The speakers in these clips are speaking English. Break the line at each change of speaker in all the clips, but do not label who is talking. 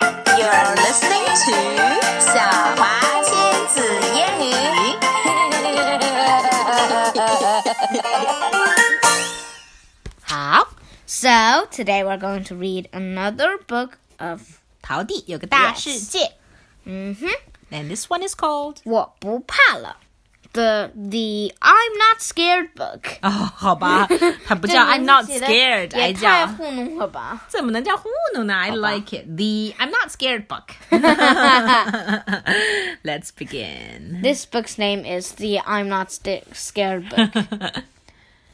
You're listening to 小华仙子英语。
好，
So today we're going to read another book of
陶地有个大
Yes.
世界
mhm
，and this one is called
我不怕了 the the I'm not scared book.
啊、好吧，它 不叫 I'm not scared，还叫
也太糊弄了吧。
怎么能叫糊弄呢？I like it. The I'm not scared book. Let's begin.
This book's name is the I'm not sta- scared book.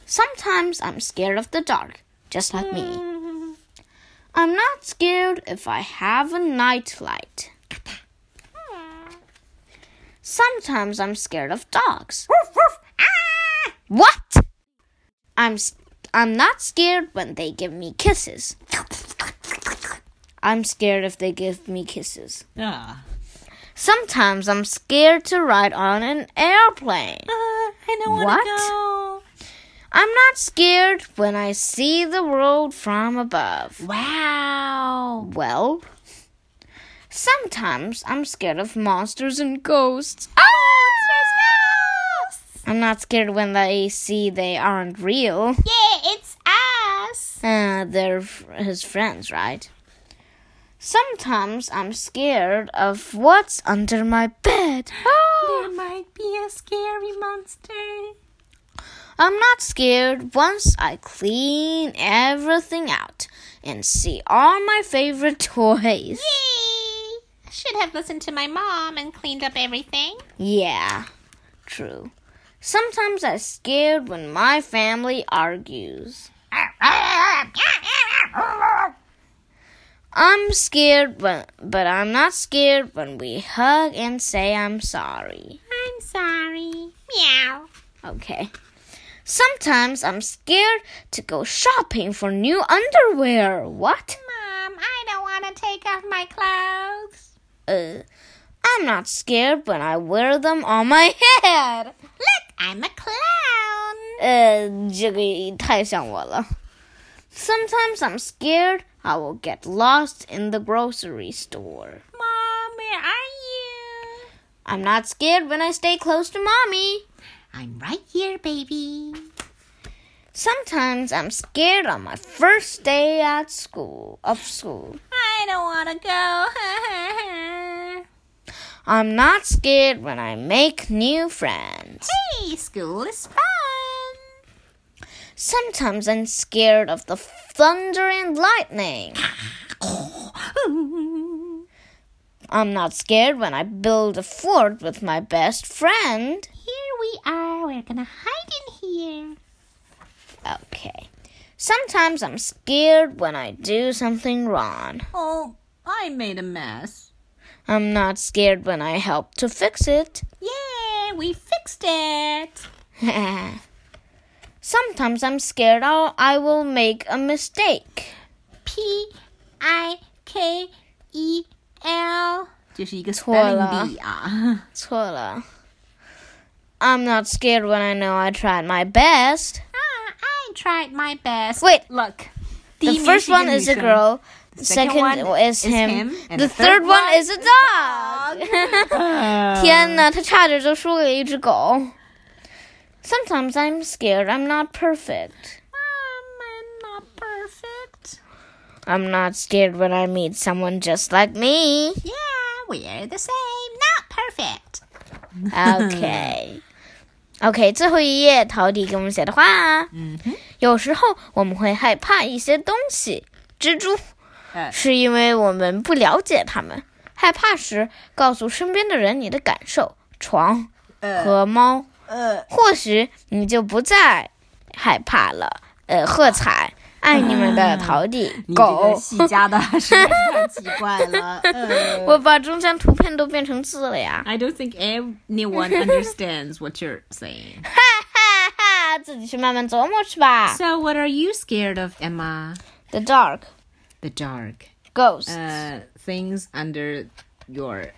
Sometimes I'm scared of the dark, just like me. I'm not scared if I have a nightlight. Sometimes I'm scared of dogs. What? I'm s- I'm not scared when they give me kisses. I'm scared if they give me kisses.
Ah.
Sometimes I'm scared to ride on an airplane.
Ah, I don't wanna
What?
go.
I'm not scared when I see the world from above.
Wow.
Well, sometimes I'm scared of monsters and ghosts. Ah, I'm not scared when they see they aren't real.
Yeah, it's us.
Uh, they're f- his friends, right? Sometimes I'm scared of what's under my bed.
There might be a scary monster.
I'm not scared once I clean everything out and see all my favorite toys.
Yay! I should have listened to my mom and cleaned up everything.
Yeah, true. Sometimes I'm scared when my family argues. I'm scared when, but I'm not scared when we hug and say I'm sorry.
I'm sorry. Meow.
Okay. Sometimes I'm scared to go shopping for new underwear. What?
Mom, I don't want to take off my clothes.
Uh, I'm not scared when I wear them on my head. Uh,
Look, I'm a clown.
呃，这个也太像我了。Sometimes I'm scared I will get lost in the grocery store.
Mom, where are you?
I'm not scared when I stay close to mommy.
I'm right here, baby.
Sometimes I'm scared on my first day at school, of school.
I don't want to go.
I'm not scared when I make new friends.
hey, school is fun.
Sometimes I'm scared of the thunder and lightning. I'm not scared when I build a fort with my best friend.
Here we are. We're going to hide in here.
Okay. Sometimes I'm scared when I do something wrong.
Oh, I made a mess.
I'm not scared when I help to fix it.
Yeah, we fixed it.
Sometimes I'm scared I'll, I will make a mistake.
P I K E L. 就是一个
错了。
spelling E bee 啊。
错了. I'm not scared when I know I tried my best.
Ah, I tried my best.
Wait.
look.
The first one is a girl. The
second
second
one
is
is
him.
him,
The,
and the third
third one
one
is a dog. 天哪，他差点就输给一只狗。Sometimes I'm scared I'm not perfect.
I'm not perfect.
I'm not scared when I meet someone just like me.
Yeah, we're the same. Not perfect.
OK。OK，最后一页，陶迪给我们写的话啊、有时候我们会害怕一些东西，蜘蛛
哎，
是因为我们不了解它们。害怕时，告诉身边的人你的感受，床
Uh,
和猫，或许你就不再害怕了。呃，喝彩，爱你们的陶迪、狗。
你这个戏加的实在太奇怪了。呃 Uh,
我把中间图片都变成字 了呀，
I don't think anyone understands what you're saying.
哈哈，自己去慢慢琢磨去吧。
So, what are you scared of, Emma?
The dark
The dark.
ghosts,
Uh, things under your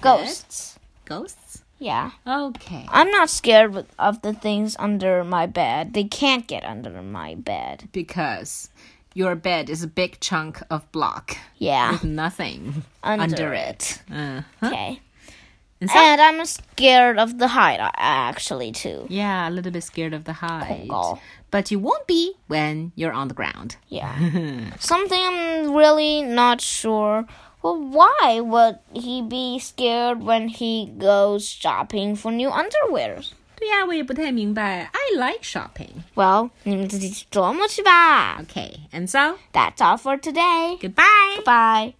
ghosts.
ghosts?
Yeah,
Okay.
I'm not scared with- of the things under my bed. They can't get under my bed.
Because Your bed is a big chunk of block
Yeah.
with nothing
Under,
Mm-hmm. under
it.
Uh,
Okay.
And so-
And I'm scared of the height, uh, actually, too.
yeah, a little bit scared of the height. Oh,
Kongol.
But you won't be when you're on the ground.
Yeah. Something I'm really not sure. Well, why would he be scared when he goes shopping for new underwear?
对呀、我也不太明白。I like shopping.
Well, 你们自己琢磨去吧。
Okay, and so
That's all for today.
goodbye.
Bye.